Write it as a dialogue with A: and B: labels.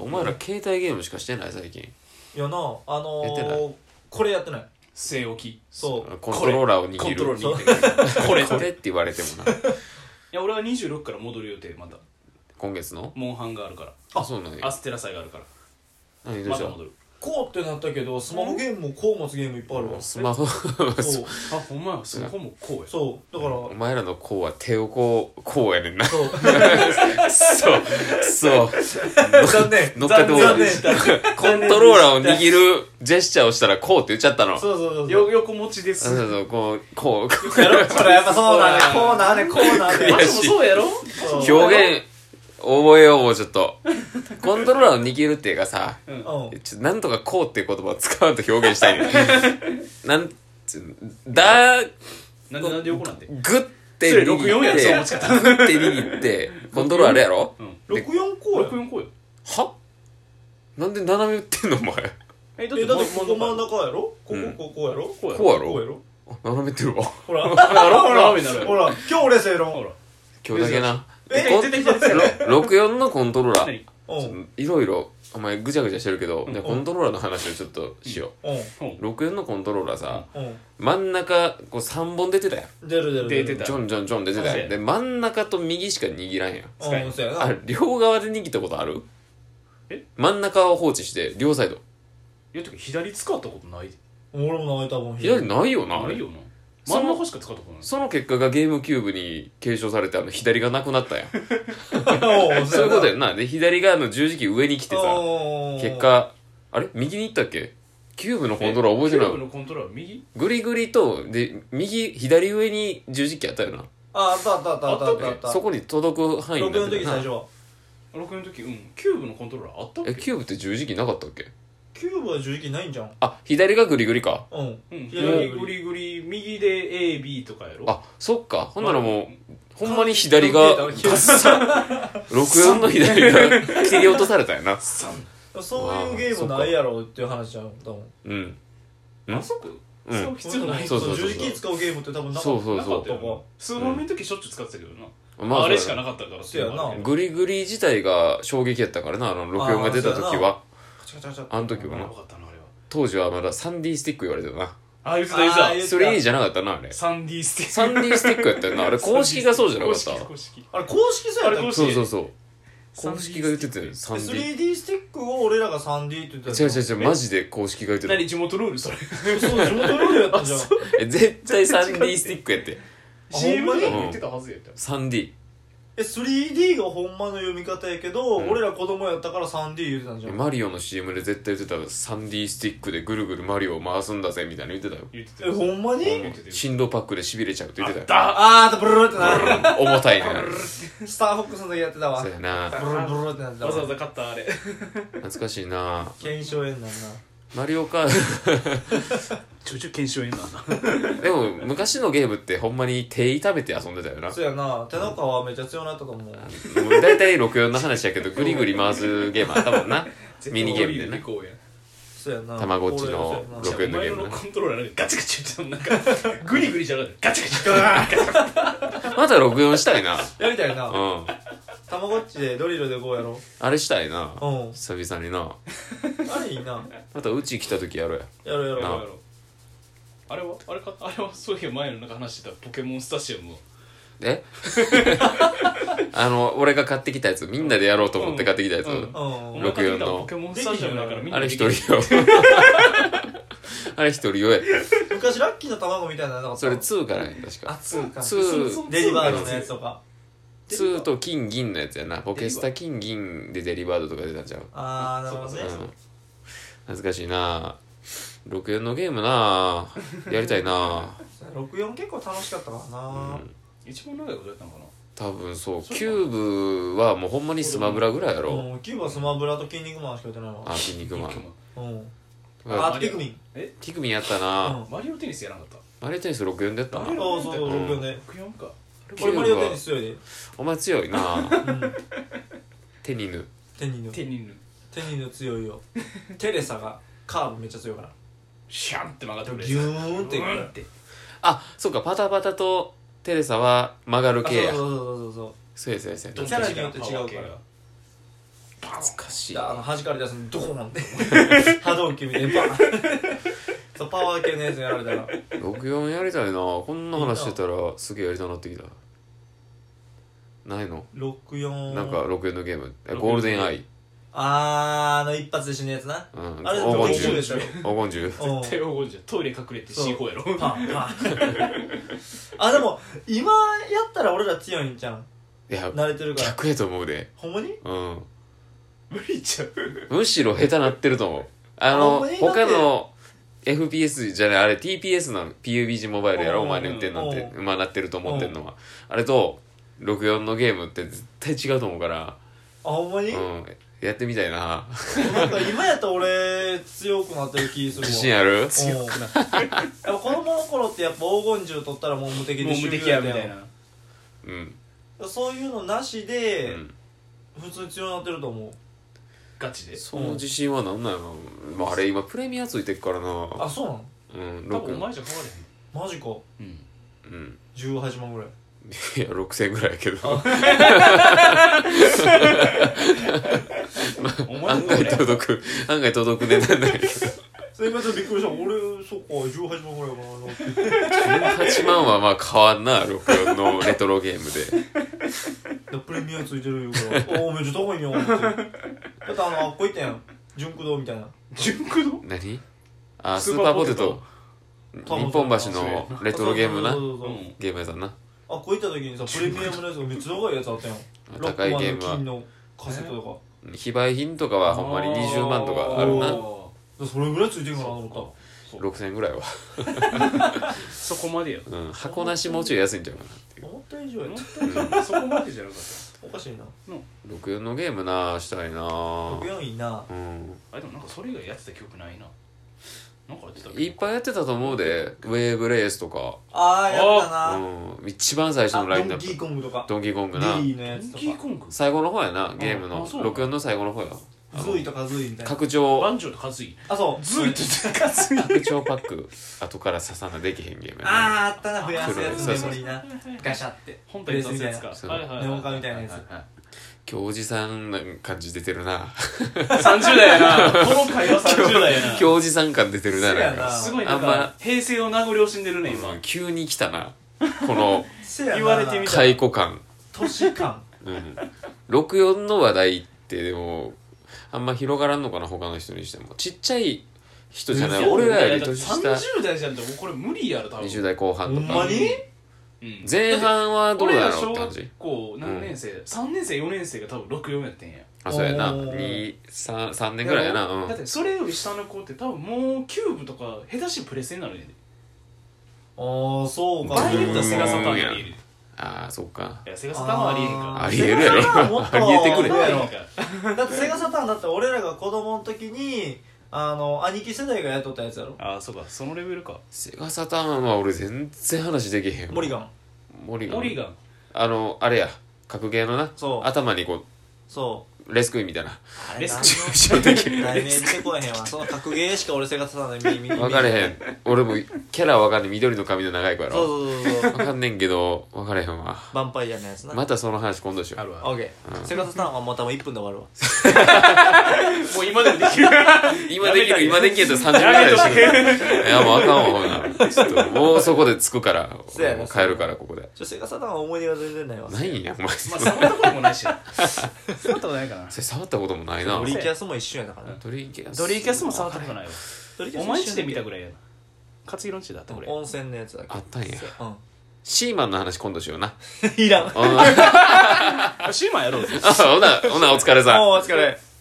A: お前ら携帯ゲームしかしてない最近
B: いやなあの
A: やってな
B: ー、これやってない
C: 据え置き
B: そう
A: コントローラーを握る
C: コントロール
B: そう
C: にいこれ
A: これって言われてもな
C: や俺は26から戻る予定また
A: 今月の
C: モンハンがあるから
A: あそうなんや
C: アステラ祭があるから
A: 何どう
C: ま
A: したた
C: 戻 る
B: こうってなったけどスマホゲームもこう持つゲームいっぱいあるわ
A: スマホ
B: そう
C: あほんまやスマホもこう
B: そうだから
A: お前らのこうは手をこうこうやねんな
B: そう
A: そうそう
B: 残念
A: 乗っかってもらう
B: 残念
A: コントローラーを握るジェスチャーをしたらこうって言っちゃったのそう
B: そうそうそう
C: や
B: そう
C: よ横持ちで
A: そう
C: す
A: そうこうこう
C: やろ
B: ほらやっぱそうだねこ
C: こ
B: うだねこうだ
A: 悔
B: ね
C: マジもそうやろ
B: そう
A: 表現覚えようもうちょっとコントローラーを握るっていうかさ
C: うん
B: うん
A: ちょなんとかこうっていう言葉を使うと表現したいねなんつうだ
C: なんでなんで横なんて
A: グッて
C: それ64や
A: っ
C: ん
A: て
C: その持 ち方
A: グッて握ってコントロールあれやろ
C: うん
B: 64こうや
C: 64こうよ
A: はなんで斜め打ってんのお前
C: えだ
B: えだってここ
C: 真
B: 真ん
C: ん中
B: 中やろここ
A: うん
B: ここやろ
C: こうや
A: こうや
B: こう
A: ろ
B: やろ
A: あ斜めってるわ
B: ほら
C: あろ
B: ほら
C: 斜めになるやろ
B: ほら今日俺正論
C: ほら
A: 今日だけな
B: え
A: こん
C: 出てきた出てき
A: 64のコントローラ
C: た
A: ー
C: 何
B: うん
A: ちょいろいろお前ぐちゃぐちゃしてるけど、
C: うん
A: じゃあコントローラーの話をちょっとしよ
B: う
C: う
A: う、
C: ん
A: 64のコントローラーさ、
B: んうん
A: 真ん中こう3本出てたやん
B: 出る出る
C: 出て
A: ジョンジョンジョン出てたやんで真ん中と右しか握らんやん
C: 使え
B: うんそうや
A: あ
B: な
A: れ両側で握ったことある
C: え
A: 真ん中を放置して両サイド
C: いやてか左使ったことない
B: 俺も泣いたもん
A: 左ないよなあ
C: な
A: れ
C: いよな
A: そ
C: 真
A: の
C: ん中しか使ったことない
A: その結果がゲームキューブに継承されてあの左がなくなったやん
B: うん
A: そういうことや
B: っ
A: んなで左側の十字キー上に来てさ結果あれ右に行ったっけキューブのコントローラー覚え
C: キュー
A: て
C: ブ
A: ない
C: のコントローラー右
A: グリグリとで右左上に十字キーあったよな
B: ああったあったあったあったあったあった
A: そこに届く範囲に
B: 録
A: なっ
B: 音の
A: て
B: 時
A: る
B: 最
A: な
B: 初は
C: 6の時うんキューブのコントローラーあったっ
A: え
C: け
A: キューブって十字キーなかったっけ
B: キューブは十字キーないんじゃん
A: あ左がグリグリか
B: うん
C: うん
B: 左
C: 左グリグリ右で AB とかやろ
A: あそっかほんならも
C: ま
A: うほんまに左がガ
B: 関係な
A: ッ
B: い
A: サ64の左が 切り落とされたよな
B: そういうゲームないやろっていう話じゃん多分
A: うん
C: あそこ
A: うん
C: そう必要ない
A: そうそう
B: 十字キー使うゲームって多分なかった
A: そうそう
C: なかった
B: そうそう
C: よなスーファミの時しょっちゅう使ってたけどな
A: ま
C: あれし
A: そう
C: か
A: や
C: なかったから
B: そうやな
C: それもあるけど
A: グリグリ自体が衝撃やったからなあの64が出た時は
B: カチャカチャカチャ
A: あの時は
C: や
A: な
C: ばかったなあれは
A: 当時はまだサンディスティック言われてたな
C: あ言ってた言ってた
B: あ言って
A: それ A じゃなかったなあれ
C: サンディスティッ
A: サンディスティックやったよなあれ公式がそうじゃなかった
C: 公式公式
B: あれ公式そうやったっ
C: 公
B: け
C: 式
A: そうそうそう
C: サン
A: 公
C: ディ
A: 式
C: スティック
A: が言ってたよサンディ
B: 3D スティックを俺らが 3D って言ってた
A: 違う違う違う
C: え
A: マジで公式が言ってた
C: 何地元ルールそれ
B: うそう地元ルールやった じゃん
A: え絶対サンディスティックやって
B: あほんま
C: CM
B: に
C: でも言ってたはずやった
A: サンディ
B: え 3D がほんまの読み方やけど、
A: うん
B: 俺ら子供やったから 3D 言ってたんじゃん、
A: マリオの CM で絶対言ってたサンディスティックでぐるぐるマリオを回すんだぜみたいなの言ってたよ
C: 言ってた
B: えほんまに、
C: ん言ってたよ
A: 振動パックでしびれちゃうって言ってたよ
C: だ
B: あーってブルルってなる
A: 重たいな
B: スターフォックスの時やってたわ
A: そう
B: ブ
A: やな
B: ルルブルルってなってた
C: わざわ
B: わ
C: ざ買ったあれ
A: 懐かしいな
B: 検証園なんな
A: マリオカー
C: ちょいちょい検証員なんだ
A: ドでも昔のゲームってほんまに手痛めて遊んでたよな
B: そうやな手の皮はめっちゃ強なったと思う
A: もう大体64の話やけどグリグリ回すゲームあったもんな ミニゲームでね
B: そうやな
A: たまごっちの
B: 俺
A: ロ
B: そう
A: ック
C: 6
A: 円
C: 円
A: の
C: の
A: ゲー
C: ゲー
A: ム
C: ム
A: な
C: コントローラーでガチガチってなんか グリグリじゃなくてガ チガチガーッ
A: また64したいな
B: やなやりたいな
A: うん
B: たまごっちでドリルでこうやろ
A: あれしたいな
B: ううん
A: 久々にな
B: あれいいな
A: またうち来た時やろうや
B: やろうやろ
A: な
B: う
C: あれはあれかあれはそういや前のなんか話してたポケモンスタジアムを
A: えあの俺が買ってきたやつみんなでやろうと思って買ってきたやつ、
C: うん
B: うん
C: お
A: ろ
C: 前
A: く
C: 買ってきたポケモンスタジアムだからみんな
A: あれ
C: で
A: 一
C: きる
A: 人用 あれ一人用やった
B: 昔ラッキーの卵みたいなのなかった
A: それ2からね確
B: あ
A: か
B: つうか
A: ツー
B: デリバードのやつとか
A: 2と金銀のやつやなポケスタ金銀でデリバードとか出たんちゃう、
B: あーなるほどね
A: うん、懐かしいな64のゲーム なやりたいな、
B: 64結構楽しかったから
A: う、
B: なん
C: 一番長いことやったのかな
A: 多分そうキューブはもうほんまにスマブラぐらいやろ
B: うんキューバスマブラと筋肉マンしかやってないわ
A: あ筋肉マン
C: ピンク
B: うん
A: あ
B: あピクミン
C: え
A: ピクミンやったな、
B: うん
C: マリオテニスやらなかった
A: マリオテニス64でやったな
C: マリオ
B: そうそうそう
A: うん
B: 64ね
C: 64か
A: キューブは
B: 俺マリオテニス強いで
A: お前強いな
B: うん
A: 手にぬ
B: テニの
C: 手にぬ
B: テニの強いよテレサがカーブめっちゃ強いから
C: シャンって曲がってくれる
B: ギューンっていくから
C: うんって
A: あそうかパタパタとテレサは曲がる
B: あ
A: 系や
B: そうそうそ
A: そう
B: うそうそう
A: やそうやそう
B: ド
A: や
B: ンキャラによって違うから
A: 懐かしい
B: あの端から出すのドーンって 波動機みたいにバーン そうパワー系のやつやられたら
A: 64やりたいなこんな話してたらすげえやりたなってきたないの
B: 64
A: なんか64のゲームえゴールデンアイ、
B: あーあの一発で死ぬやつな
A: うん、
B: あれだって
A: 黄金
B: 64
A: 銃
B: でしょ
A: 黄金銃
B: うん
C: 帝王ゴンじゃトイレ隠れて
B: そう
C: C4 やろ
B: パン パンあでも今やったら俺ら強いんじゃん
A: いや
B: 慣れてるから
A: 逆やと思うで
B: ほんまに
A: うん
C: 無理ちゃう
A: むしろ下手なってると思うあ
B: あほ
A: の
B: んまに
A: 他の FPS じゃないあれ TPS なの PUBG モバイルやろ
B: うん
A: お前の言ってんなんて
B: う
A: まあなってると思ってんのはあれと64のゲームって絶対違うと思うから
B: あほんま
A: う
B: に、
A: んやってみたいな
B: なんか今やったら俺強くなってる気するわ
A: 自信ある
B: 強くなってやっぱ子供の頃ってやっぱ黄金銃取ったらもう無敵
C: も
B: で
C: う無
B: 終了
C: 敵やみたいな
A: うん
B: そういうのなし
A: う
B: で、
A: ん
B: 普通に強くなってると思う
C: ガチで
A: その自信はなんなんやろまあ、あれ今プレミアついてっからな
B: あそうなの
A: うん
C: 多分
A: 6
C: お前じゃ変わ
B: マジか
C: れへん
A: うん
B: 18万ぐらい
A: いや6000ぐらいやけど
C: うんお前
A: 案
C: も俺
A: 外届く案外届く値段だけど
B: それ今ちょっとびっくりした俺そっか18万ぐらいかな
A: 18万はまあ変わんな64のレトロゲームで
B: でプレミアついてるよから おおめっちゃ高いんや思ってだってあのあっこ行ったやん純駆動みたいな
C: 純駆動
A: 何あス
C: ス
A: ーパ
C: ーパ
A: ー
C: ー
A: ポ
C: ポ
A: テ
C: テ
A: ト
C: ト
A: 日本橋のレトロゲームな
B: そうそうそうそう
A: ゲーム屋さんな
B: あっこ行った時にさプレミアムのやつがめっちゃ高いやつあったやんロ
A: 高
B: ック
A: い
B: マ
A: ゲ
B: ン
A: ー
B: の
A: ムは
B: 金のカセットとか
A: 非売品とかはほんまに20万とかあるな
B: でそれぐらいついてるかなと思った
C: そうか
A: 6000ぐらいは、
C: そこまでや
A: うん、箱なしもうちょい安いんちゃうかなっていう
B: 思った以上やな
C: そこまでじゃなかった
B: おかしいな
A: 64のゲームなしたいな
B: 64いいな
A: うん
C: あでもなんかそれ以外やってた記憶ないななんかやってたっけ
A: いっぱいやってたと思うでウェーブレースとか
B: あーやったな
A: うん、一番最初の
B: あ
A: ライ
B: ド
A: ンナ
B: ン
A: ッ
B: キ
A: プ
B: ーコングとか
A: ドンキーコングな
B: リーの
C: ド
B: や
C: ン
B: つと
C: キー
B: か
C: コング
A: 最後の方やなゲーム
C: あ
A: の
C: あそうなの
A: 64の最後の方やあの
B: ズイとかズイみたいな
A: 拡張
C: 番長とカズイ
B: あそう
C: ずっとでかすぎ
A: 拡張パック後から刺さなできへんゲームやな
B: あーあったな増やすや
A: そ
B: つ
A: う
B: メ
A: そう
B: モリーなガシャって
C: 本体に出すやつか
A: そう
C: はいはいはい
B: メモ化みたいなやつ
C: はは
A: 今日おじさんな感じ出てるな
C: 30代やなこの会話30代や
A: 今
C: な
A: 日おじさん感出てるな
B: そうや
A: なん
B: な
A: か
C: すごい
A: あ
C: なんん
A: ま
C: か平成の名残を死んでるね今
A: うん急に来たなこの
B: せやな
C: 言われてみた
A: 解雇感、
B: 都市感
A: うん、64の話題ってでもあんま広がらんのかな他の人にしてもちっちゃい人じゃない俺らより年下
C: 30代じゃんってもうこれ無理やろ多分
A: 20代後
B: ほ
A: 半と
B: ん
A: か
B: まに
C: うん
A: 前半はどう
C: 俺
A: だ
C: ら
A: ろうっ
C: 小
A: て感じ
C: 学校何年生3年生4年生が多分64やってんや
A: あそうやな
B: おー
A: 2 3, 3年ぐらいやなうん
C: だってそれより下の子って多分もうキューブとか下手しプレスになるねんで
B: ああそうか
C: バイオレッ
A: ト
C: ト
A: セ
C: セ
A: ガ
C: ガ
A: サ
C: サ
A: タ
C: タ
A: ーン
C: ー
A: あ
C: ンあ
A: り
C: り
A: え
C: え
A: る
C: る
A: ああそうか
C: いやセガサターンはありえへんか
A: ありえるやろ
B: セガサターンもっと
A: ありえてくれ
B: あれや
C: ら
B: ろだってセガサターンだって俺らが子供の時にあの兄貴世代がやっとったやつやろ
C: ああそうかそのレベルか
A: セガサターンは俺全然話できへんわ
B: モリガン
A: モリガン
C: モリガン
A: あのあれや格ゲーのな
B: そう
A: 頭にこ
B: そう
A: うレスクイみたいな
B: あ
C: レス
B: 何
C: キ
B: の
A: 抽象的
B: 題名出てこえへんわその格ゲーしか俺セガサターンで見見見
A: 分かれへん俺もキャラ分かんねん緑の髪の長い子や
B: そう
A: ろ
B: そうそうそう
A: 分かんねんけど分かれへんわ
B: ヴァンパイアのやつな
A: またその話今度しよ
C: あ
A: う
C: るわ
B: オッケーセガサターンはもう多分1分で終わるわ
C: もう今でもでき る
A: 今でき
C: やめた
A: る
C: い
A: 今できると30ぐらいでしょいやもうあかんわほんならちょっともうそこでつくから
B: そうやな
A: もう帰るからここで
B: ちょセガサターンは思い出が全然ないわ
A: ないんやお前
C: まあ触ったこともないし触ったことない かな
A: それ触ったこともないな
B: ドリーキャスも一緒やだから
A: ドリーキャス
C: ドリーキャスも触ったことないわ
B: ドリーキャ
C: お
B: スも
C: 前ん
B: 一緒
C: ちで見たぐらいやな勝弘んちだったこれ
B: 温泉のやつだけ
A: あったんや
B: うん
A: シーマンの話今度しような
B: いらん
A: あ
C: あシーマンやろうぜ
A: ほなほなお疲れさん
B: お疲れ